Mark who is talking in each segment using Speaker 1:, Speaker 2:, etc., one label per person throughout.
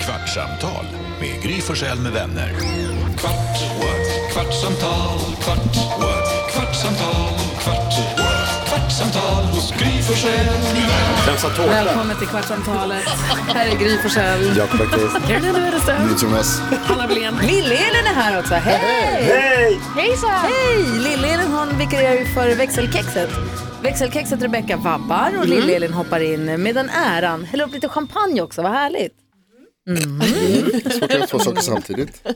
Speaker 1: Kvartsamtal med Gry Forssell med vänner.
Speaker 2: Kvart, what? kvartsamtal, kvart, what? kvartsamtal, kvart, what? kvartsamtal hos Gry Forssell med vänner.
Speaker 3: Rensa tårtan.
Speaker 4: Välkommen till Kvartsamtalet. Här är Gry Forssell.
Speaker 5: Jakob Ekqvist.
Speaker 4: Carolina Widerström.
Speaker 5: Jonas.
Speaker 4: Hanna Blén. Lill-Elin är här också. Hej!
Speaker 3: Hej!
Speaker 4: Hejsan! Hej! Lill-Elin hon vikarierar ju för växelkexet. Växelkexet Rebecca vabbar och Lill-Elin hoppar in med den äran. Häller upp lite champagne också, vad härligt.
Speaker 5: Svårt att göra två saker samtidigt.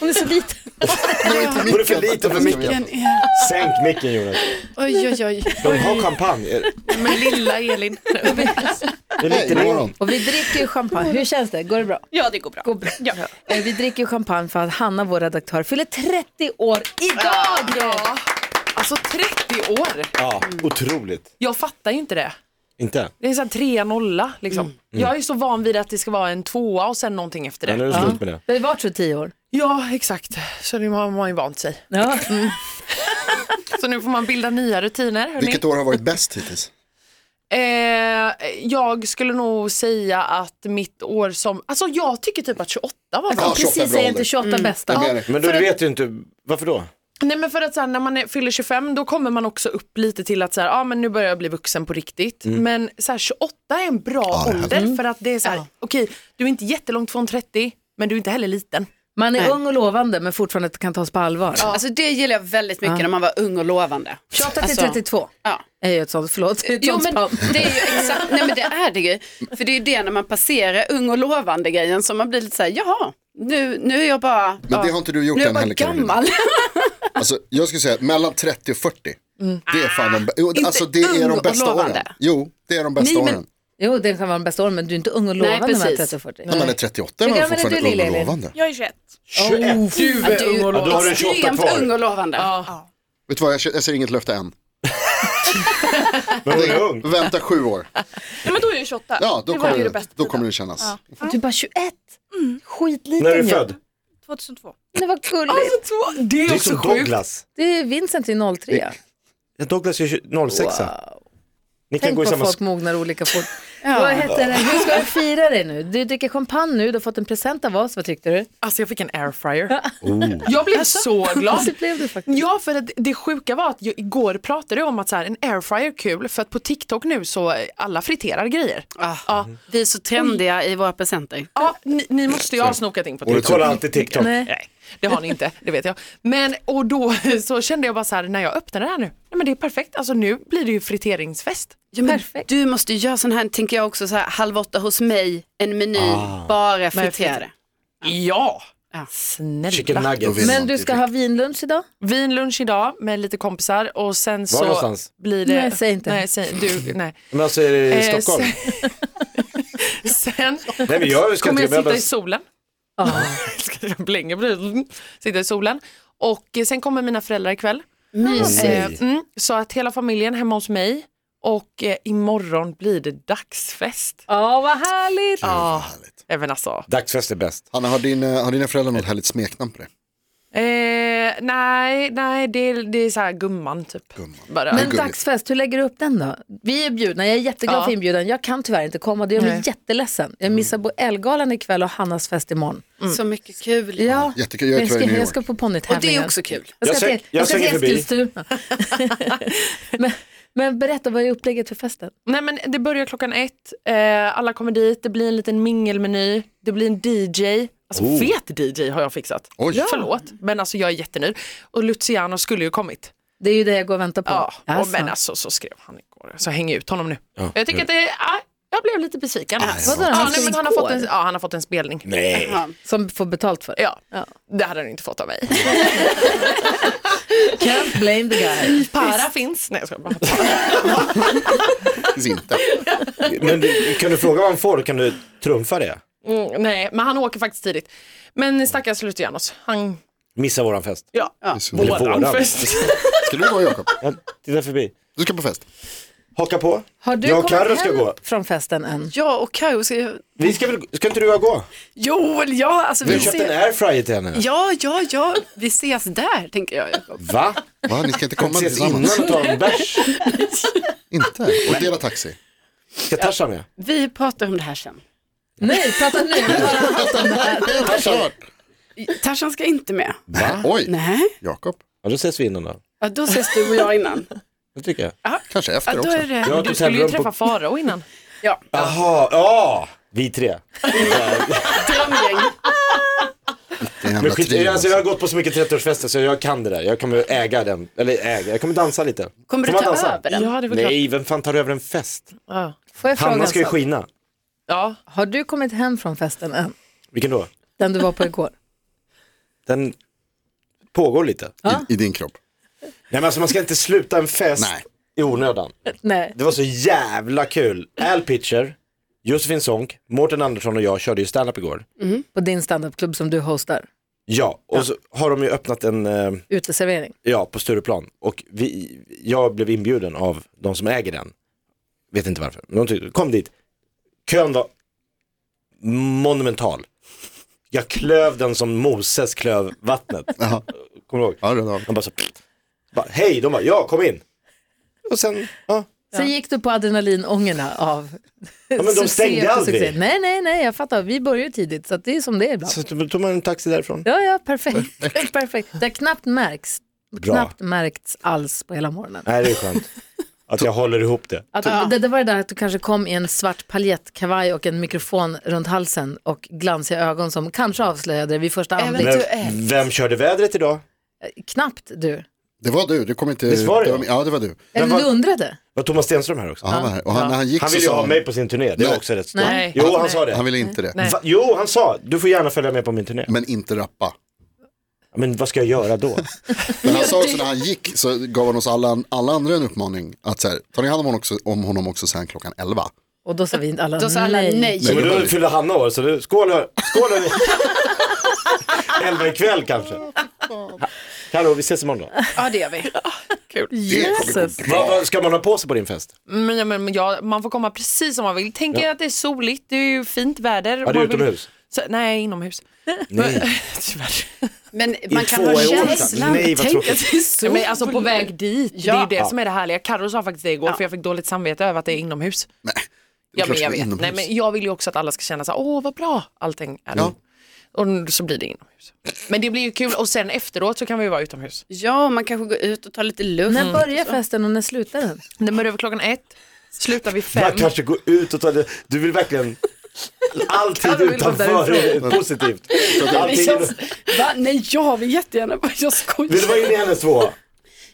Speaker 4: Hon är så liten.
Speaker 3: Var det för lite för mycket?
Speaker 6: Den är...
Speaker 3: Sänk micken Jonas.
Speaker 6: Oj, oj, oj.
Speaker 3: De har champagne.
Speaker 6: Men lilla Elin.
Speaker 3: Det är
Speaker 5: Hej,
Speaker 3: lite
Speaker 5: god
Speaker 3: mer.
Speaker 5: morgon.
Speaker 4: Och vi dricker ju champagne. Hur känns det? Går det bra?
Speaker 6: Ja, det går bra.
Speaker 4: Går bra. Eh, Vi dricker ju champagne för att Hanna, vår redaktör, fyller 30 år idag!
Speaker 6: Ja. Alltså 30 år.
Speaker 3: Ja, otroligt.
Speaker 7: Jag fattar ju inte det.
Speaker 3: Inte?
Speaker 7: Det är en sån här trea nolla liksom.
Speaker 3: Mm.
Speaker 7: Jag är så van vid att det ska vara en tvåa och sen någonting efter
Speaker 3: Men nu är
Speaker 7: det.
Speaker 3: det slut med det.
Speaker 4: Det har ju varit så i 10 år.
Speaker 7: Ja, exakt. Så nu har man ju vant sig.
Speaker 4: Ja.
Speaker 7: Så nu får man bilda nya rutiner. hörni.
Speaker 5: Vilket år har varit bäst hittills?
Speaker 7: Eh, jag skulle nog säga att mitt år som, alltså jag tycker typ att 28 var bra.
Speaker 5: Ja, 28 är
Speaker 4: Jag
Speaker 5: bra
Speaker 4: precis säga inte
Speaker 5: ålder.
Speaker 4: 28
Speaker 6: Mm.
Speaker 4: bästa.
Speaker 5: Jag menar det.
Speaker 3: Men du vet ju inte, varför då?
Speaker 7: Nej men för att så här, när man är, fyller 25 då kommer man också upp lite till att så här, ah, men nu börjar jag bli vuxen på riktigt. Men så här, 28 är Mm. en bra
Speaker 5: det här-
Speaker 7: ålder för att Mm. det är så här, okej du är inte jättelångt från 30 men du är inte heller liten.
Speaker 4: Man är ung och lovande men fortfarande kan tas på allvar.
Speaker 6: Alltså det gillar jag väldigt mycket när man var ung och lovande.
Speaker 4: 28 till
Speaker 6: Alltså,
Speaker 4: 32
Speaker 6: Ja.
Speaker 4: är ju ett sånt, förlåt, ett
Speaker 6: Jo
Speaker 4: sånt
Speaker 6: men
Speaker 4: spann.
Speaker 6: det är ju exakt, nej men det är det ju. För det är ju det när man passerar ung och lovande grejen som man blir lite så här, jaha, nu, nu är jag bara,
Speaker 5: Men det har inte du gjort
Speaker 6: nu är jag
Speaker 5: än
Speaker 6: bara
Speaker 5: heller Karolina.
Speaker 6: gammal.
Speaker 5: Alltså, jag skulle säga mellan 30 och 40. Det är fan de, jo, alltså, det
Speaker 6: ung
Speaker 5: är de
Speaker 6: och
Speaker 5: bästa åren.
Speaker 6: lovande.
Speaker 5: Jo, det är de bästa
Speaker 4: Nej, men-
Speaker 5: åren.
Speaker 4: Jo, det kan vara den bästa åren men du är inte ung och lovande när
Speaker 6: Nej,
Speaker 4: man är
Speaker 6: precis.
Speaker 4: 30 och 40.
Speaker 5: När man är 38 är
Speaker 4: Hur
Speaker 5: man
Speaker 4: gammal är
Speaker 5: fortfarande
Speaker 4: du,
Speaker 5: ung och
Speaker 4: Lille Elin?
Speaker 5: lovande.
Speaker 8: Jag är 21.
Speaker 3: 21!
Speaker 6: Du är ung och
Speaker 3: Ja, då har du 28
Speaker 6: extremt ung
Speaker 3: kvar.
Speaker 6: och lovande.
Speaker 5: Vet du vad, jag, kö- jag ser inget löfte än.
Speaker 3: Men hon är ung.
Speaker 5: Vänta sju år.
Speaker 8: Nej, men då är jag 28.
Speaker 5: Ja, då
Speaker 8: det var
Speaker 5: kommer,
Speaker 8: ju det
Speaker 5: det,
Speaker 8: bästa
Speaker 5: då
Speaker 8: tiden.
Speaker 5: kommer det kännas.
Speaker 4: Du är bara 21,
Speaker 6: Mm.
Speaker 4: skitliten
Speaker 3: När är
Speaker 4: ju.
Speaker 3: du född?
Speaker 8: 2002.
Speaker 4: Det var gulligt.
Speaker 7: Alltså, Det
Speaker 3: Det är som Douglas.
Speaker 4: Det är Vincent i 03.
Speaker 3: Ja, Douglas är 20 06. Ni kan
Speaker 4: Tänk
Speaker 3: gå i
Speaker 4: vad
Speaker 3: samma
Speaker 4: folk
Speaker 3: skola.
Speaker 4: mognar olika fort. Vad heter det? Hur ska du fira det nu? Du dricker champagne nu, du har fått en present av oss, vad tyckte du?
Speaker 7: Alltså jag fick en airfryer.
Speaker 3: Oh.
Speaker 7: Jag blev så glad.
Speaker 4: Det blev du faktiskt.
Speaker 7: Ja, för att det sjuka var att jag igår pratade jag om att så här, en airfryer är kul för att på TikTok nu så eh, alla friterar grejer.
Speaker 6: Ah.
Speaker 7: Ja,
Speaker 6: Vi är så trendiga i våra presenter.
Speaker 7: ja ni, ni måste ju ha snokat in på
Speaker 3: Du
Speaker 7: TikTok.
Speaker 3: kollar alltid TikTok.
Speaker 4: Nej.
Speaker 7: Nej, det har ni inte, det vet jag. Men och då så kände jag bara så här när jag öppnar det här nu, nej men det är perfekt, alltså nu blir det ju friteringsfest.
Speaker 6: Ja, men
Speaker 4: Perfekt.
Speaker 6: Du måste ju göra sån här, tänker jag också, så här, halv åtta hos mig, en meny,
Speaker 5: Ah.
Speaker 6: bara friterade.
Speaker 7: Ja,
Speaker 6: Ja.
Speaker 3: Chicken
Speaker 7: snälla.
Speaker 5: Då
Speaker 3: nuggets.
Speaker 5: vinner
Speaker 4: Men
Speaker 5: man.
Speaker 4: du ska ha vinlunch idag?
Speaker 7: Vinlunch idag med lite kompisar och sen så
Speaker 3: någonstans?
Speaker 7: blir det...
Speaker 4: Nej, säg inte.
Speaker 7: Nej, säg, du, nej.
Speaker 3: Men alltså är det
Speaker 7: Eh,
Speaker 3: i Stockholm?
Speaker 7: Sen
Speaker 3: Nej men jag
Speaker 7: kommer
Speaker 3: ska inte,
Speaker 7: jag
Speaker 3: men jag
Speaker 7: sitta
Speaker 3: bara-
Speaker 7: i solen. Ska jag blänga på det? Sitta i solen. Och eh, sen kommer mina föräldrar ikväll. Eh,
Speaker 3: Nej.
Speaker 7: mm, så att hela familjen hemma hos mig och eh, imorgon blir det dagsfest.
Speaker 4: Ja, vad härligt!
Speaker 7: Ja, även alltså.
Speaker 3: Dagsfest är bäst.
Speaker 5: Hanna, har, din, eh, har dina föräldrar något härligt smeknamn på dig?
Speaker 7: Eh, nej, nej, det, är- det är så här gumman typ. Bara.
Speaker 4: Men
Speaker 5: gulligt.
Speaker 4: dagsfest, hur lägger du upp den då? Vi är bjudna, jag är jätteglad
Speaker 7: Ja.
Speaker 4: för inbjudan. Jag kan tyvärr inte komma, det gör mig
Speaker 7: Nej.
Speaker 4: jätteledsen. Jag missar mm. Elgalan ikväll och Hannas fest imorgon.
Speaker 6: Mm. Så mycket kul.
Speaker 4: Ja,
Speaker 5: Jättekul, jag är
Speaker 4: jag ska,
Speaker 5: tyvärr i New
Speaker 4: jag
Speaker 5: York.
Speaker 4: ska på
Speaker 6: Och det
Speaker 4: ponnytävlingen.
Speaker 6: är också kul.
Speaker 4: Jag ska
Speaker 3: Jag
Speaker 4: till,
Speaker 3: sväng- jag
Speaker 4: jag ska till
Speaker 3: svänger förbi.
Speaker 4: Eskilstuna. men, men berätta, vad är upplägget för festen?
Speaker 7: Nej men det börjar klockan ett, eh, alla kommer dit, det blir en liten mingelmeny, det blir en DJ. Alltså
Speaker 3: Oh.
Speaker 7: fet DJ har jag fixat.
Speaker 5: Oj. Ja.
Speaker 7: Förlåt, men alltså jag är jättenöjd. Och Luciano skulle ju kommit.
Speaker 4: Det är ju det jag går och väntar på.
Speaker 7: Ja,
Speaker 4: Alltså.
Speaker 7: och men alltså så skrev han igår. Så häng ut honom nu.
Speaker 3: Ja,
Speaker 7: jag tycker
Speaker 3: hur?
Speaker 7: att det, ah, jag blev lite besviken.
Speaker 4: Vadå, han
Speaker 7: alltså- ja, nej,
Speaker 4: skrev
Speaker 7: men han, har fått en,
Speaker 4: igår?
Speaker 7: ja, han har fått en spelning.
Speaker 3: Nej.
Speaker 4: Som får betalt för det.
Speaker 7: Ja, det hade han inte fått av mig.
Speaker 4: Can't blame the guy.
Speaker 7: Para finns. Nej, jag ska bara.
Speaker 5: Finns inte.
Speaker 3: Men du, kan du fråga vad han får? Kan du trumfa det?
Speaker 7: Mm, nej, men han åker faktiskt tidigt. Men stackars Lucianos, han...
Speaker 3: Missa våran fest.
Speaker 7: Ja,
Speaker 3: Eller
Speaker 7: våran fest.
Speaker 5: Ska du gå Jakob?
Speaker 3: Jag tittar förbi.
Speaker 5: Du ska på fest.
Speaker 3: Haka på.
Speaker 4: Har du
Speaker 3: jag och
Speaker 4: kommit
Speaker 3: Carro ska
Speaker 4: hem
Speaker 3: gå.
Speaker 4: från festen än?
Speaker 6: Jag och Karo ska
Speaker 3: Vi ska väl, ska inte du och jag gå?
Speaker 6: Jo, eller ja, alltså
Speaker 3: Du
Speaker 6: vi
Speaker 3: har köpt en
Speaker 6: ses.
Speaker 3: airfryer till henne.
Speaker 6: Ja, ja, ja, vi ses där tänker jag Jakob.
Speaker 3: Va?
Speaker 5: Va, ni ska inte
Speaker 3: Kan
Speaker 5: komma
Speaker 3: ses innan
Speaker 5: tillsammans?
Speaker 3: och ta en bärs?
Speaker 5: Inte? Och dela taxi?
Speaker 3: Ska Tarzan med?
Speaker 6: Vi pratar om det här sen.
Speaker 4: Nej, prata nu. Vi har redan haft om det här.
Speaker 5: Ja, klart.
Speaker 6: Tarzan ska inte med.
Speaker 5: Oj,
Speaker 6: Nej,
Speaker 5: Jakob.
Speaker 3: Ja, då ses vi innan då.
Speaker 6: ja, då ses du och jag innan.
Speaker 3: Det tycker jag.
Speaker 5: Kanske
Speaker 7: Ja,
Speaker 5: efter
Speaker 7: då
Speaker 5: också.
Speaker 7: är det,
Speaker 3: har
Speaker 7: du
Speaker 3: ett
Speaker 7: skulle ju
Speaker 3: hotellrum på-
Speaker 7: träffa Farao innan.
Speaker 6: Ja,
Speaker 3: Jaha, ja! Vi tre.
Speaker 6: drömgäng.
Speaker 5: Det är en
Speaker 3: Men
Speaker 5: jävla
Speaker 3: skit,
Speaker 5: trio.
Speaker 3: alltså jag har gått på så mycket 30-årsfester så jag kan det där. Jag kommer äga den, eller äga, jag kommer dansa lite.
Speaker 6: Kommer du
Speaker 3: Får man
Speaker 6: ta
Speaker 3: dansa?
Speaker 6: över den?
Speaker 7: Ja, det var klart.
Speaker 3: Nej, vem fan tar över en fest?
Speaker 7: Ja.
Speaker 4: Får jag fråga
Speaker 3: Hanna
Speaker 4: en
Speaker 3: ska ju
Speaker 4: sak?
Speaker 3: skina.
Speaker 7: Ja.
Speaker 4: Har du kommit hem från festen än?
Speaker 3: Vilken då?
Speaker 4: Den du var på igår?
Speaker 3: Den pågår lite.
Speaker 5: I, I din kropp.
Speaker 3: Nej men alltså man ska inte sluta en fest
Speaker 5: Nej.
Speaker 3: i onödan.
Speaker 4: Nej.
Speaker 3: Det var så jävla kul. Al Pitcher, Josefin Sonck, Mårten Andersson och jag körde ju standup igår.
Speaker 4: På din standupklubb som du hostar?
Speaker 3: Ja, och så har de ju öppnat en, eh,
Speaker 4: Uteservering?
Speaker 3: ja på Stureplan. Och vi, jag blev inbjuden av de som äger den. Vet inte varför. Men de tyckte, kom dit. Kön var monumental. Jag klöv den som Moses klöv vattnet.
Speaker 5: Jaha.
Speaker 3: Kommer du ihåg?
Speaker 5: Ja, det är
Speaker 3: De bara så, bara, hej, de bara, ja kom in. Och sen, ja.
Speaker 4: Sen gick du på adrenalinångorna av
Speaker 3: Ja, men de
Speaker 4: succé
Speaker 3: stängde
Speaker 4: på
Speaker 3: aldrig.
Speaker 4: succé. Nej, nej, nej, jag fattar. Vi börjar ju tidigt, så att det är som det är ibland.
Speaker 3: Så då tog man en taxi därifrån.
Speaker 4: Ja, ja, perfekt. perfekt. Det har knappt märks.
Speaker 3: Bra.
Speaker 4: Knappt märkts alls på hela morgonen.
Speaker 3: Nej, det är skönt. Att jag håller ihop det.
Speaker 4: Att, det, det var det där att du kanske kom i en svart paljettkavaj och en mikrofon runt halsen och glansiga ögon som kanske avslöjade det vid första anblick.
Speaker 3: Men vem körde vädret idag?
Speaker 4: Knappt du.
Speaker 5: Det var du, du kom inte...
Speaker 3: Visst var det jag?
Speaker 5: var, ja, det var du.
Speaker 4: Eller
Speaker 3: var-
Speaker 4: du undrade.
Speaker 3: Var Thomas Stenström här också?
Speaker 5: Ja, han var här. Och han, när han gick
Speaker 3: Han
Speaker 5: så
Speaker 3: ville ju
Speaker 5: sa
Speaker 3: ha
Speaker 5: han,
Speaker 3: mig på sin turné, det var
Speaker 5: Nej.
Speaker 3: också rätt stort.
Speaker 4: Nej.
Speaker 3: Jo, han sa det.
Speaker 5: han ville inte det.
Speaker 7: Nej.
Speaker 3: Va? Jo, han sa, du får gärna följa med på min turné.
Speaker 5: Men inte rappa.
Speaker 3: Men vad ska jag göra då?
Speaker 5: Men han sa också när han gick så gav han oss alla, alla andra en uppmaning att så här, tar ni hand om honom också, om honom också sen klockan 11.
Speaker 4: Och då sa vi alla
Speaker 6: Då sa alla
Speaker 4: nej.
Speaker 6: nej.
Speaker 3: Men då fyllde Hanna år, så du, skål, hör- skål hörni. Elva ikväll kanske. Ha- Carro, vi ses imorgon då.
Speaker 6: Ja, det gör vi.
Speaker 4: Jesus.
Speaker 3: Vad, vad ska man ha på sig på din fest?
Speaker 7: Men, ja, men, ja, man får komma precis som man vill. Tänk er att det är soligt, det är ju fint väder.
Speaker 3: Ja, det är
Speaker 7: Man vill-
Speaker 3: utomhus.
Speaker 7: Så, nej, inomhus.
Speaker 3: Nej,
Speaker 7: Tyvärr.
Speaker 6: Men man kan
Speaker 3: två
Speaker 6: ha
Speaker 3: år sedan.
Speaker 6: känslan.
Speaker 3: Nej, vad
Speaker 6: Tänk
Speaker 3: tråkigt.
Speaker 6: att det är sol.
Speaker 7: Men alltså på väg dit, det är ju
Speaker 6: Ja.
Speaker 7: det som är det härliga. Carro sa faktiskt det igår för jag fick dåligt samvete över att det är inomhus.
Speaker 5: Nej, det är
Speaker 7: Ja,
Speaker 5: klart
Speaker 7: men jag
Speaker 5: det är
Speaker 7: vet.
Speaker 5: inomhus.
Speaker 7: Nej, men jag vill ju också att alla ska känna så här, åh vad bra allting är.
Speaker 5: Ja.
Speaker 7: Och så blir det inomhus. Men det blir ju kul och sen efteråt så kan vi ju vara utomhus.
Speaker 6: Ja, man kanske går ut och tar lite luft.
Speaker 4: När börjar festen och när slutar den?
Speaker 7: Den börjar över klockan ett, slutar vid
Speaker 3: man
Speaker 7: fem.
Speaker 3: kanske gå ut och ta det. Du vill verkligen alltid
Speaker 4: Carro vill gå
Speaker 3: utanför är positivt. Allting,
Speaker 6: Jag, va? Nej, jag vill jättegärna bara, jag skojar.
Speaker 3: vill du vara inne i hennes tvåa?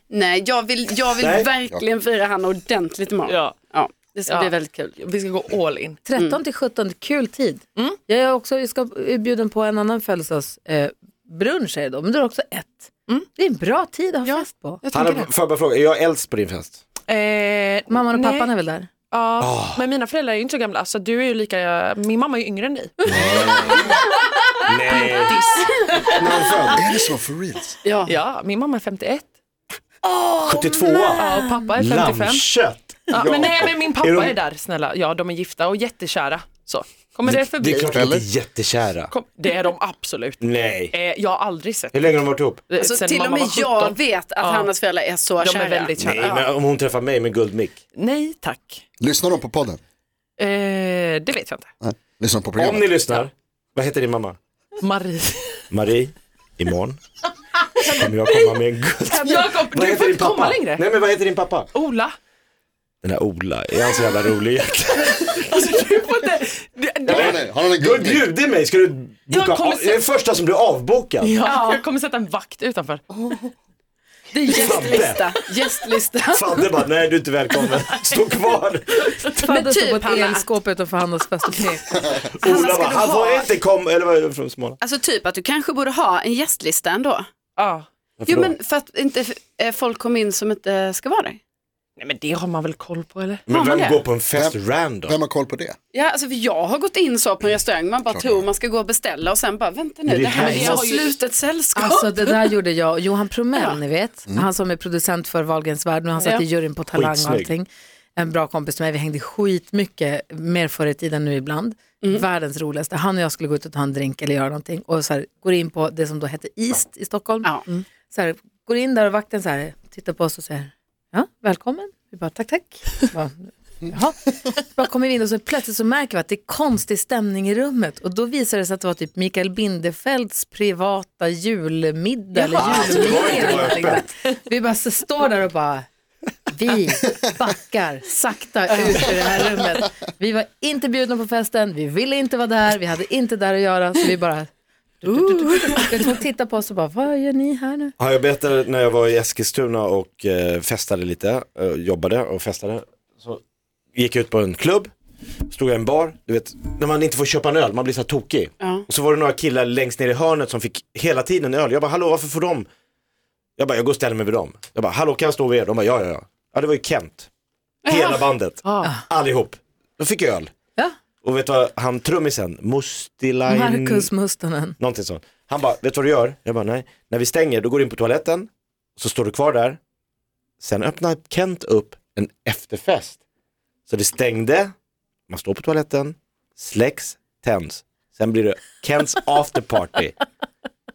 Speaker 6: Nej, jag vill, jag vill
Speaker 3: Nej.
Speaker 6: verkligen fira han ordentligt imorgon.
Speaker 7: Ja.
Speaker 6: Ja, det ska
Speaker 7: Ja.
Speaker 6: bli väldigt kul.
Speaker 7: Vi ska gå all in.
Speaker 4: 13
Speaker 6: Mm.
Speaker 4: till 17, kul tid. Jag är också jag ska bjuden på en annan födelsedagsbrunch eh, brunch är det då, men då är det också ett.
Speaker 6: Mm.
Speaker 4: Det är en bra tid att ha fest på.
Speaker 3: Hanna, får jag bara fråga, är jag äldst på din fest?
Speaker 7: Eh,
Speaker 4: Mamman och
Speaker 7: nej.
Speaker 4: pappan är väl där?
Speaker 7: Ja,
Speaker 3: Ah.
Speaker 7: men mina föräldrar är ju inte så gamla så du är ju lika, min mamma är ju yngre än dig.
Speaker 3: Nej. När hon född?
Speaker 5: Är det så for reals?
Speaker 6: Ja.
Speaker 7: Ja, min mamma är 51.
Speaker 3: 72?
Speaker 7: Ja, och pappa är 55.
Speaker 3: Lammkött!
Speaker 7: Ja, men nej, men min pappa
Speaker 3: Är
Speaker 7: är,
Speaker 3: de-
Speaker 7: där snälla. Ja, de är gifta och jättekära. Så, kommer det
Speaker 3: Det
Speaker 7: förbi?
Speaker 3: är klart att de
Speaker 5: Eller?
Speaker 3: inte är jättekära.
Speaker 7: Kom, det är de absolut.
Speaker 3: Nej.
Speaker 7: Eh, jag har aldrig sett
Speaker 3: Hur länge har de varit ihop?
Speaker 7: eh,
Speaker 6: Alltså,
Speaker 7: sen
Speaker 6: till och
Speaker 7: mamma
Speaker 6: med
Speaker 7: var 17.
Speaker 6: jag vet att Hannas föräldrar är så
Speaker 7: De
Speaker 6: kära.
Speaker 7: är väldigt kära.
Speaker 3: Nej, men om hon träffar mig med guldmick.
Speaker 7: Nej tack.
Speaker 5: Lyssnar de på podden?
Speaker 7: Eh, det vet jag inte.
Speaker 5: Nej. Lyssnar de på
Speaker 3: Om ni
Speaker 5: programmet?
Speaker 3: lyssnar, vad heter din mamma?
Speaker 7: Marie.
Speaker 3: Marie, imorgon kommer jag komma med en guld...
Speaker 7: Jakob,
Speaker 3: Vad
Speaker 7: du
Speaker 3: heter
Speaker 7: får
Speaker 3: din
Speaker 7: inte
Speaker 3: pappa?
Speaker 7: komma längre.
Speaker 3: Nej men vad heter din pappa?
Speaker 7: Ola.
Speaker 3: Den där Ola, är han så jävla rolig egentligen?
Speaker 7: Alltså, du får inte. Du,
Speaker 5: Har
Speaker 7: du,
Speaker 5: han en- Har han en
Speaker 3: Du har
Speaker 5: guldmick?
Speaker 3: bjudit mig, ska du boka
Speaker 7: Jag kommer
Speaker 3: av? Jag är den första som blir avbokad.
Speaker 7: ja, jag kommer sätta en vakt utanför.
Speaker 6: Det är gästlista. gästlista.
Speaker 3: Fadde bara, nej du är inte välkommen, stå kvar.
Speaker 4: Fadde
Speaker 6: typ,
Speaker 4: stod på ett
Speaker 6: Hanna.
Speaker 4: elskåp utanför Hannas fest.
Speaker 3: Ola bara,
Speaker 6: du
Speaker 3: han får
Speaker 6: ha?"
Speaker 3: inte komma, eller vad är det från Småland?
Speaker 6: Alltså typ att du kanske borde ha en gästlista ändå.
Speaker 7: Ja.
Speaker 3: Varför
Speaker 6: Jo
Speaker 3: då?
Speaker 6: men för att inte eh, folk kommer in som inte eh, ska vara där.
Speaker 7: Nej men det har man väl koll på eller?
Speaker 3: Men
Speaker 6: Mamma,
Speaker 3: vem
Speaker 6: det.
Speaker 3: går på en fest
Speaker 5: Vem-
Speaker 3: random?
Speaker 5: Vem har koll på det?
Speaker 6: Ja, alltså för jag har gått in så på en restaurang, man bara tror man ska gå och beställa och sen bara vänta nu,
Speaker 3: det
Speaker 6: det här
Speaker 3: här
Speaker 6: är
Speaker 3: är
Speaker 6: så
Speaker 3: ju-
Speaker 6: slutet sällskap.
Speaker 4: Alltså det där gjorde jag och Johan Promell, ni vet. Han som är producent för Wahlgrens värld, nu har han satt
Speaker 6: Mm. Ja.
Speaker 4: i juryn på Talang och
Speaker 3: Skitsnygg.
Speaker 4: allting. En bra kompis till mig, vi hängde skitmycket, mer förr i tiden nu ibland.
Speaker 6: Mm.
Speaker 4: Världens roligaste. Han och jag skulle gå ut och ta en drink eller göra någonting och så här, går in på det som då hette East i Stockholm.
Speaker 6: Ja.
Speaker 4: Mm. Så här, går in där och vakten så här, tittar på oss och säger, ja, välkommen. Vi bara tack, tack. Bara, Jaha. Bara kommer vi in och så plötsligt så märker vi att det är konstig stämning i rummet och då visar det sig att det var typ Mikael Bindefelds privata julmiddag eller julmiddag. liksom. Vi bara så står där och bara vi backar sakta ut ur det här rummet. Vi var inte bjudna på festen, vi ville inte vara där, vi hade inte där att göra så vi bara Vet du, Hon tittar på oss och bara, vad gör ni här nu?
Speaker 3: Ja, jag berättade när jag var i Eskilstuna och eh, festade lite, eh, jobbade och festade. Så gick jag ut på en klubb, stod jag i en bar, du vet, när man inte får köpa en öl, man blir så här tokig.
Speaker 6: Ja.
Speaker 3: Och så var det några killar längst ner i hörnet som fick hela tiden öl. Jag bara, hallå varför får de? Jag bara, jag går och ställer mig vid dem. Jag bara, hallå kan jag stå vid er? De bara, ja ja ja. Ja det var ju Kent. Hela bandet,
Speaker 7: Ja.
Speaker 3: allihop. De fick öl.
Speaker 4: Ja.
Speaker 3: Och vet du vad han trummisen, Mustilainen...
Speaker 4: Marcus Mustonen.
Speaker 3: Någonting sånt. Han bara, vet du vad du gör? Jag bara, nej. När vi stänger, då går du in på toaletten, så står du kvar där. Sen öppnar Kent upp en efterfest. Så det stängde, man står på toaletten, släcks, tänds. Sen blir det Kents afterparty.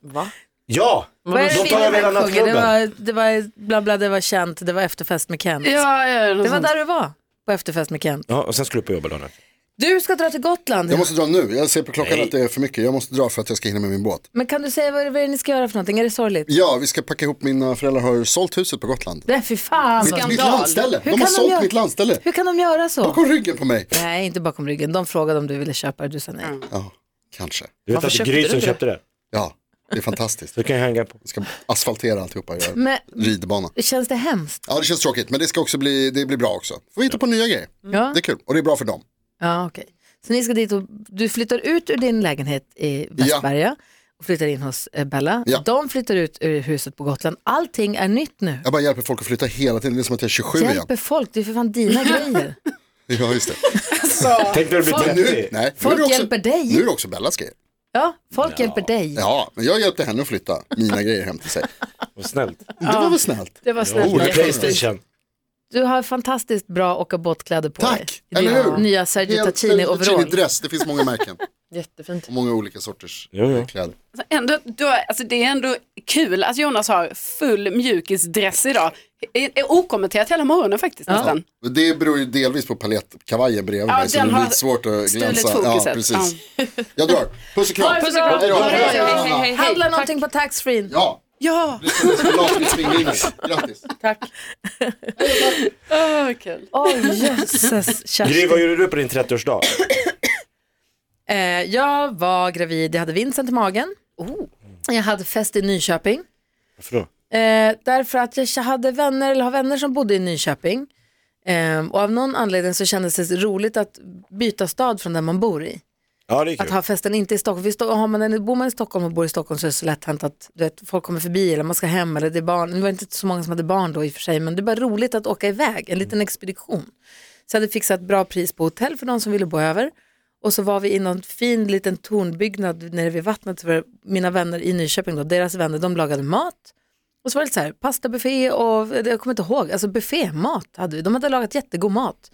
Speaker 7: Va?
Speaker 3: Ja!
Speaker 4: Vad är
Speaker 3: då
Speaker 4: det
Speaker 3: tar jag
Speaker 4: vi
Speaker 3: väl annat
Speaker 4: sjunger? Det
Speaker 3: klubben.
Speaker 4: var, det var bla bla, det var känt, det var efterfest med Kent.
Speaker 6: Ja, ja, något
Speaker 4: Det var
Speaker 6: sånt.
Speaker 4: där du var, på efterfest med Kent.
Speaker 3: Ja, och sen skulle du på jobbet dagen efter.
Speaker 4: Du ska dra till Gotland.
Speaker 5: Jag måste dra nu, jag ser på klockan att det är för mycket. Jag måste dra för att jag ska hinna med min båt.
Speaker 4: Men kan du säga vad, vad är det ni ska göra för någonting? Är det sorgligt?
Speaker 5: Ja, vi ska packa ihop, mina föräldrar har sålt huset på Gotland.
Speaker 4: Nej, fy fan.
Speaker 5: Mitt, mitt landställe, de
Speaker 4: Hur
Speaker 5: har
Speaker 4: kan de
Speaker 5: sålt
Speaker 4: göra-
Speaker 5: mitt landställe.
Speaker 4: Hur kan de göra så?
Speaker 5: Bakom ryggen på mig.
Speaker 4: Nej, inte bakom ryggen. De frågade om du ville köpa det, du sa nej.
Speaker 5: Ja, kanske.
Speaker 3: Du vet
Speaker 7: Varför
Speaker 3: att det är
Speaker 7: köpte
Speaker 3: Gry
Speaker 7: du
Speaker 3: som
Speaker 7: det?
Speaker 3: köpte det.
Speaker 5: Ja, det är fantastiskt.
Speaker 3: Så kan jag hänga på.
Speaker 5: Vi ska asfaltera alltihopa och göra
Speaker 4: Men
Speaker 5: ridbana.
Speaker 4: känns det hemskt?
Speaker 5: Ja, det känns tråkigt, men det ska också bli, det blir bra också. Får vi hitta på nya grejer.
Speaker 4: Ja,
Speaker 5: Det är kul, och det är bra för dem.
Speaker 4: ja okej. Så ni ska dit och du flyttar ut ur din lägenhet i Västberga och flyttar in hos eh, Bella.
Speaker 5: Ja.
Speaker 4: De flyttar ut ur huset på Gotland. Allting är nytt nu.
Speaker 5: Jag bara hjälper folk att flytta hela tiden, det är som att jag är 27 igen.
Speaker 4: Hjälper folk, det är för fan dina grejer.
Speaker 5: Ja, just det.
Speaker 3: Tänk när du blir
Speaker 5: Men nu,
Speaker 3: 30.
Speaker 5: nej, nu är
Speaker 4: Folk
Speaker 5: det också,
Speaker 4: hjälper dig.
Speaker 5: Nu är det också Bellas grejer.
Speaker 4: Ja, folk hjälper dig.
Speaker 5: Ja, men jag hjälpte henne att flytta mina grejer hem till sig.
Speaker 3: Vad snällt.
Speaker 5: Det var väl snällt?
Speaker 6: Det var
Speaker 3: Oh,
Speaker 6: snällt.
Speaker 5: det-
Speaker 3: Playstation.
Speaker 4: Du har fantastiskt bra åka båtkläder på dig.
Speaker 5: Tack,
Speaker 4: I din
Speaker 5: eller hur?
Speaker 4: nya Sergio
Speaker 5: Helt-
Speaker 4: Tacchini-overall.
Speaker 5: Tacchini-dress, det finns många märken
Speaker 7: Jättefint.
Speaker 5: och många olika sorters
Speaker 3: Jo, jo.
Speaker 5: kläder.
Speaker 6: Alltså, Ändå, då, alltså det är ändå kul att Jonas har full mjukisdress idag. Är, är okommenterat hela morgonen faktiskt nästan.
Speaker 5: Men Det beror ju delvis på palettkavajen bredvid
Speaker 6: Ja,
Speaker 5: mig, så det
Speaker 6: den
Speaker 5: är
Speaker 6: har
Speaker 5: lite svårt att
Speaker 6: stulit
Speaker 5: glänsa.
Speaker 6: fokuset.
Speaker 5: Ja, precis. Jag drar. Puss och kram.
Speaker 7: Puss och kram.
Speaker 5: Hej då.
Speaker 7: Hej, hej, hej,
Speaker 5: Anna.
Speaker 4: Handla någonting på taxfree.
Speaker 5: Ja,
Speaker 6: Ja,
Speaker 5: det kändes som lagringsringlinjer. Grattis.
Speaker 6: oh, kul.
Speaker 4: Åh jösses
Speaker 3: Gry,
Speaker 4: Kerstin.
Speaker 3: vad gjorde du på din 30-årsdag?
Speaker 4: Eh, jag var gravid, jag hade Vincent i magen.
Speaker 5: Oh.
Speaker 4: Jag hade fest i Nyköping.
Speaker 3: Varför då?
Speaker 4: Eh, därför att jag hade vänner, eller har vänner som bodde i Nyköping. Eh, och av någon anledning så kändes det roligt att byta stad från den man bor i.
Speaker 3: Ja, det är
Speaker 4: Att
Speaker 3: kul.
Speaker 4: ha festen inte i Stockholm. Vi stå, har man en, bor man i Stockholm och bor i Stockholm så är det så lätt hänt att du vet, folk kommer förbi eller man ska hem eller det är barn. Det var inte så många som hade barn då i och för sig men det är bara roligt att åka iväg, en liten expedition. Så jag hade fixat bra pris på hotell för de som ville bo över. Och så var vi i någon fin liten tornbyggnad nere vid vattnet. För mina vänner i Nyköping, då, deras vänner, de lagade mat. Och så var det så här, pastabuffé och, jag kommer inte ihåg, alltså buffémat hade vi. De hade lagat jättegod mat.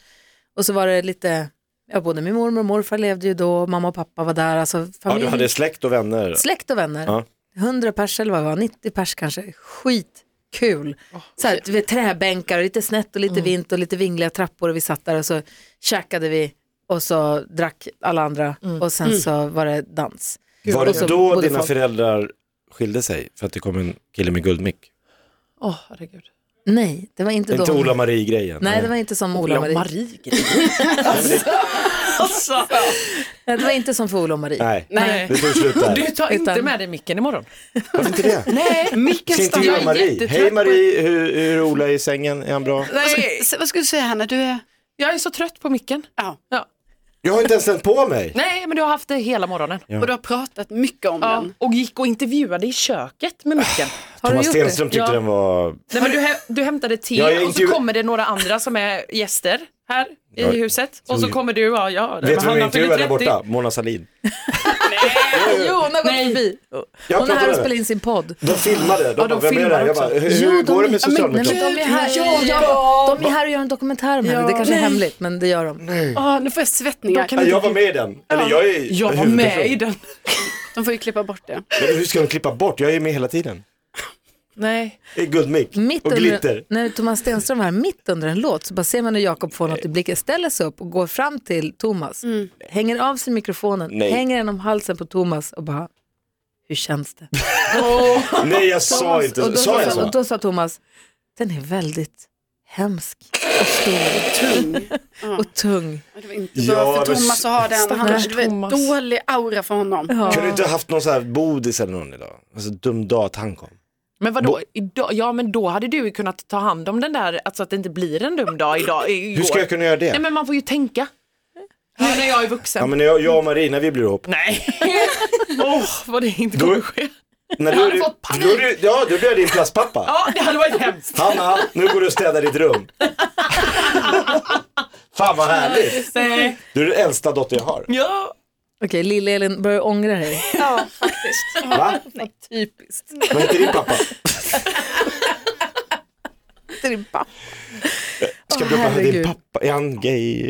Speaker 4: Och så var det lite, ja både min mormor och morfar levde ju då, mamma och pappa var där, alltså
Speaker 3: Ja,
Speaker 4: familj,
Speaker 3: du hade släkt och vänner.
Speaker 4: släkt och vänner.
Speaker 3: Ja.
Speaker 4: 100 pers eller vad det var, 90 pers kanske, skitkul. så här, du vet, träbänkar och lite snett och lite vint och lite vingliga trappor och vi satt där och så käkade vi och så drack alla andra och sen så var det dans.
Speaker 3: Var
Speaker 4: Och så
Speaker 3: det då
Speaker 4: bodde
Speaker 3: dina
Speaker 4: folk-
Speaker 3: föräldrar skilde sig för att det kom en kille med guldmick?
Speaker 7: Åh, herregud.
Speaker 4: Nej, det var inte då.
Speaker 3: Inte Ola-Marie-grejen?
Speaker 4: Nej, det var inte som Ola-Marie.
Speaker 7: Marie.
Speaker 4: Nej, det var inte som för Ola och Marie.
Speaker 3: Nej.
Speaker 7: Alltså, Nej.
Speaker 3: det tog slut där.
Speaker 7: Du tar inte
Speaker 4: Utan-
Speaker 7: med dig micken imorgon.
Speaker 3: Varför inte det?
Speaker 7: Nej, micken
Speaker 3: Ska inte
Speaker 7: stannar.
Speaker 3: du Marie? Hej Marie, hur, hur är Ola i sängen? Är han bra?
Speaker 7: Nej,
Speaker 6: Så, vad skulle du säga Hanna, du är...
Speaker 7: Alltså, jag är så trött på micken.
Speaker 6: Ja.
Speaker 7: Ja.
Speaker 3: Jag har inte ens tänt på mig.
Speaker 7: Nej, men du har haft det hela morgonen.
Speaker 6: Och du har pratat mycket om
Speaker 7: Ja,
Speaker 6: den.
Speaker 7: och gick och intervjuade i köket med micken.
Speaker 4: Har
Speaker 3: Thomas
Speaker 4: du gjort
Speaker 3: Stenström tyckte
Speaker 7: Ja.
Speaker 3: den var...
Speaker 7: Nej, men du, hä- du hämtade te
Speaker 3: Jag är
Speaker 7: och så
Speaker 3: intervju-
Speaker 7: kommer det några andra som är gäster här i
Speaker 3: Ja.
Speaker 7: huset. Och så kommer du, ja, ja.
Speaker 3: Vet du vem jag
Speaker 7: Hanna fyller
Speaker 3: intervjuade där
Speaker 7: 30.
Speaker 3: borta? Mona Sahlin.
Speaker 4: det? Jo, hon har gått förbi.
Speaker 3: Jag
Speaker 4: Hon är här och
Speaker 3: pratade med
Speaker 4: spelar
Speaker 3: henne.
Speaker 4: in sin podd.
Speaker 3: De filmade. De
Speaker 7: Ja, de
Speaker 3: bara, vem är det här?
Speaker 7: filmar
Speaker 3: Jag bara,
Speaker 7: också.
Speaker 3: hur, hur går det med
Speaker 4: Nej,
Speaker 3: Socialdemokraterna?
Speaker 4: men de, är här, ja, de är här och gör en dokumentär om henne. Det kanske är hemligt, men det gör de.
Speaker 7: Ah,
Speaker 6: Ja, nu får jag svettningar.
Speaker 7: kan
Speaker 3: Ja, Jag var med i den. Eller jag är
Speaker 7: Jag var med
Speaker 3: huvudperson.
Speaker 7: i den.
Speaker 6: De får ju klippa bort det.
Speaker 3: Men hur ska de klippa bort? Jag är med hela tiden.
Speaker 7: Nej.
Speaker 3: I guldmick
Speaker 4: Mitt
Speaker 3: och glitter.
Speaker 4: Under, när Thomas Stenström var här, mitt under en låt så bara ser man hur Jakob får något i blicken, ställer sig upp och går fram till Thomas, hänger av sig mikrofonen,
Speaker 3: Nej.
Speaker 4: hänger den om halsen på Thomas och bara, hur känns det?
Speaker 3: Nej jag sa inte
Speaker 4: och
Speaker 3: så.
Speaker 4: då,
Speaker 3: Sa jag
Speaker 4: och
Speaker 3: så?
Speaker 4: då sa Thomas, den är väldigt hemsk och stor
Speaker 6: Tung.
Speaker 4: och tung.
Speaker 6: Det var inte
Speaker 3: Ja,
Speaker 6: bra för
Speaker 3: men
Speaker 6: Thomas att ha den. Han,
Speaker 7: stackars
Speaker 6: det var en
Speaker 7: Thomas.
Speaker 6: dålig aura för honom.
Speaker 3: Kunde du inte ha haft någon sån här bodis eller någon idag? Alltså dum dag att han kom.
Speaker 7: Men vadå, idag, ja men då hade du ju kunnat ta hand om den där, alltså att det inte blir en dum dag idag. Igår.
Speaker 3: Hur ska jag kunna göra det?
Speaker 7: Nej men man får ju tänka. Nu när jag är vuxen.
Speaker 3: Ja men när jag, jag och Marie, när vi blir ihop.
Speaker 7: Nej. Åh, vad det inte kommer ske.
Speaker 3: När du,
Speaker 7: hade fått panik.
Speaker 3: då är du, ja, då blir jag din plastpappa.
Speaker 7: Ja, det hade varit hemskt.
Speaker 3: Hanna, nu går du och städar ditt rum. Fan vad härligt.
Speaker 7: Nej.
Speaker 3: Du är den äldsta dotter jag har.
Speaker 7: Ja.
Speaker 4: Okej, Lill-Elin börjar ångra dig.
Speaker 8: Ja, faktiskt.
Speaker 3: Va?
Speaker 4: Typiskt.
Speaker 3: Var inte din pappa?
Speaker 4: Din pappa.
Speaker 3: Ska
Speaker 4: Åh,
Speaker 3: du bara, din
Speaker 4: herregud.
Speaker 3: pappa, är han gay?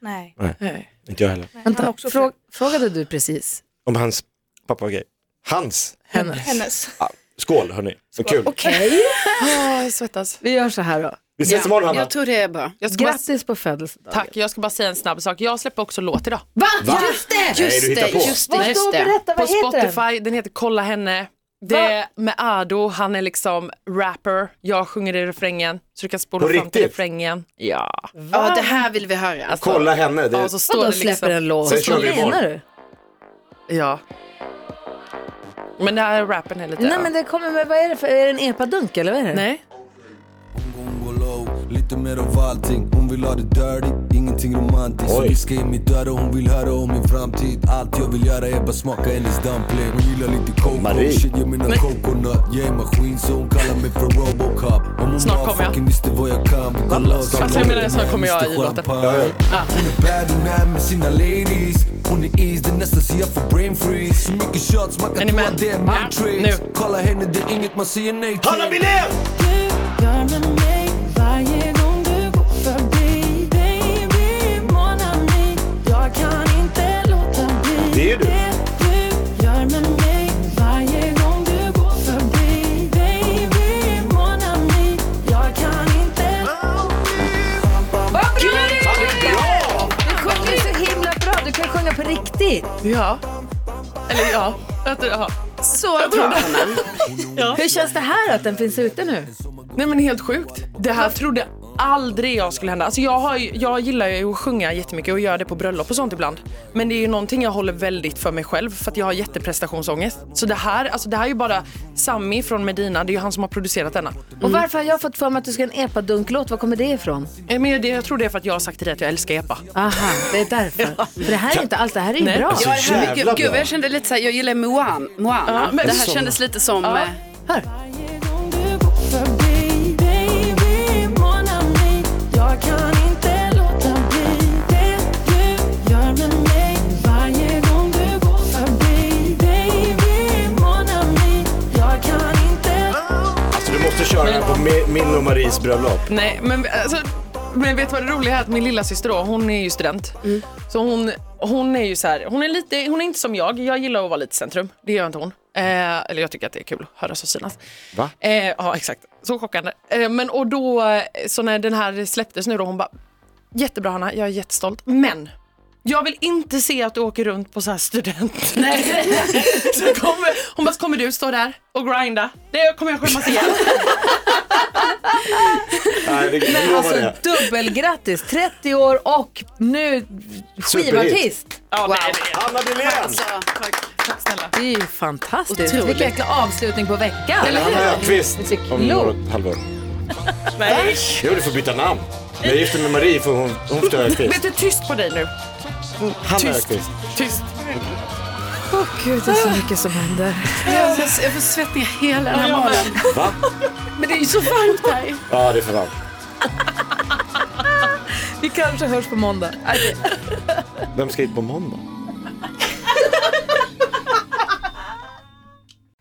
Speaker 8: Nej.
Speaker 7: Nej.
Speaker 3: Inte jag heller.
Speaker 4: Vänta,
Speaker 8: också
Speaker 4: frå- frågade du precis
Speaker 3: Om hans pappa var gay. Hans?
Speaker 4: henne?
Speaker 8: Hennes.
Speaker 3: Skål hörni, så kul.
Speaker 7: Åh, Ah, jag svettas.
Speaker 4: Vi gör så här då.
Speaker 3: Vi ses imorgon Hanna.
Speaker 6: Jag tror det är bra.
Speaker 7: Jag ska bara,
Speaker 4: Grattis på födelsedagen.
Speaker 7: tack, jag ska bara säga en snabb sak. Jag släpper också låt idag.
Speaker 4: Va? Just det!
Speaker 3: Nej, du hittar på.
Speaker 6: just det, just det.
Speaker 4: berätta,
Speaker 7: På Spotify, den heter Kolla henne. Det är med Ado, han är liksom rapper, jag sjunger i refrängen. Så du kan spola
Speaker 3: På
Speaker 7: fram till
Speaker 3: riktigt?
Speaker 7: refrängen. Ja.
Speaker 6: Ja, det här vill vi höra. Alltså.
Speaker 3: Kolla henne. Det,
Speaker 7: Ja, så står
Speaker 4: Vadå
Speaker 7: det liksom...
Speaker 4: släpper en låt?
Speaker 3: Sen kör
Speaker 4: Vad
Speaker 3: vi imorgon.
Speaker 4: menar du?
Speaker 7: Ja. Men det här rappen är lite...
Speaker 4: Nej men det kommer med, vad är det för, är det en epadunk eller vad är det?
Speaker 7: Nej.
Speaker 9: Hon går low, lite mer av allting Hon vill ha det dirty, ingenting romantiskt Så
Speaker 3: Oj.
Speaker 9: viska i mitt öra, hon vill höra om min framtid Allt jag vill göra är bara smaka hennes dumpling Hon gillar lite
Speaker 3: Marie.
Speaker 9: coco, shit jag menar coconut Jag är maskin så hon kallar mig för Robocop Om hon
Speaker 7: Snart kommer jag.
Speaker 9: fucking visste vad jag kan Vi går loss
Speaker 7: Alltså, jag menar, snart kommer jag i låten.
Speaker 9: Champagne. Hon är bad, hon är med sina ladies Hon är is, det är nästan så jag får brain freeze Så mycket shots, man kan
Speaker 7: Är ni
Speaker 9: tro
Speaker 7: med?
Speaker 9: att det är
Speaker 7: Ja,
Speaker 9: matrix
Speaker 7: nu.
Speaker 9: Kolla henne, det är inget man säger nej till
Speaker 3: Hanna Billén! Det är ju du.
Speaker 4: Vad kul! Du sjunger så himla bra, du kan sjunga på riktigt.
Speaker 7: Ja. Eller ja. Att, ja.
Speaker 6: Så bra.
Speaker 4: Hur känns det här att den finns ute nu?
Speaker 7: Nej men helt sjukt. Det här trodde aldrig jag skulle hända. Alltså jag, har, ju- jag gillar ju att sjunga jättemycket och gör det på bröllop och sånt ibland. Men det är ju någonting jag håller väldigt för mig själv för att jag har jätteprestationsångest. Så det här, alltså det här är ju bara Sammy från Medina, det är ju han som har producerat denna.
Speaker 4: Och varför har jag fått för mig att du ska ha en epadunklåt? Var kommer det ifrån?
Speaker 7: Eh, Men det, jag tror det är för att jag har sagt till dig att jag älskar epa.
Speaker 4: Aha, det är därför. För det här är inte allt, det här är ju
Speaker 7: Nej.
Speaker 4: bra.
Speaker 3: Alltså,
Speaker 6: Ja, det här,
Speaker 3: jävla
Speaker 6: gud, gud,
Speaker 3: bra.
Speaker 6: jag kände lite så här, jag gillar Moan, Moana.
Speaker 7: men-
Speaker 6: det här kändes lite som... eh,
Speaker 4: Hör.
Speaker 3: Alltså du måste köra den här på Mi- min och Maries bröllop.
Speaker 7: Nej, men, alltså, men vet du vad det roliga är? Att min lilla syster då, hon är ju student. Så hon, hon är ju så här, hon är, lite, hon är inte som jag. Jag gillar att vara lite i centrum. Det gör inte hon. Eh, eller jag tycker att det är kul att höras och synas.
Speaker 3: Va?
Speaker 7: Eh, ja, exakt. Så chockande. Eh, men och då, eh, så när den här släpptes nu då, hon bara, jättebra Hanna, jag är jättestolt. Men, jag vill inte se att du åker runt på så här student. så kommer, hon bara, så kommer du stå där och grinda? Det kommer jag skämmas igen.
Speaker 3: Nej, det, men
Speaker 4: Alltså dubbelgrattis, 30 år och nu skivartist.
Speaker 7: Ja,
Speaker 6: Wow.
Speaker 7: nej, nej.
Speaker 3: Hanna Billén!
Speaker 6: Alltså, tack.
Speaker 7: Tack snälla.
Speaker 4: Det är ju fantastiskt.
Speaker 6: Otroligt.
Speaker 4: Vilken jäkla avslutning på veckan.
Speaker 3: Hanna Öqvist
Speaker 4: Det är klokt.
Speaker 3: om något halvår.
Speaker 7: Nej.
Speaker 3: Jo, du får byta namn. Jag gifter mig med Marie för hon, hon får ta
Speaker 7: Vet
Speaker 3: Öqvist.
Speaker 7: du, tyst på dig nu.
Speaker 3: Hanna
Speaker 7: tyst.
Speaker 3: Öqvist.
Speaker 7: Tyst.
Speaker 4: Åh gud, det är så mycket som händer.
Speaker 6: Jag får, jag får svettningar hela den här morgonen.
Speaker 3: Va?
Speaker 6: Men det är ju så varmt här.
Speaker 3: Ja, det är för fan.
Speaker 4: Vi kanske hörs på måndag.
Speaker 3: Vem ska hit på måndag?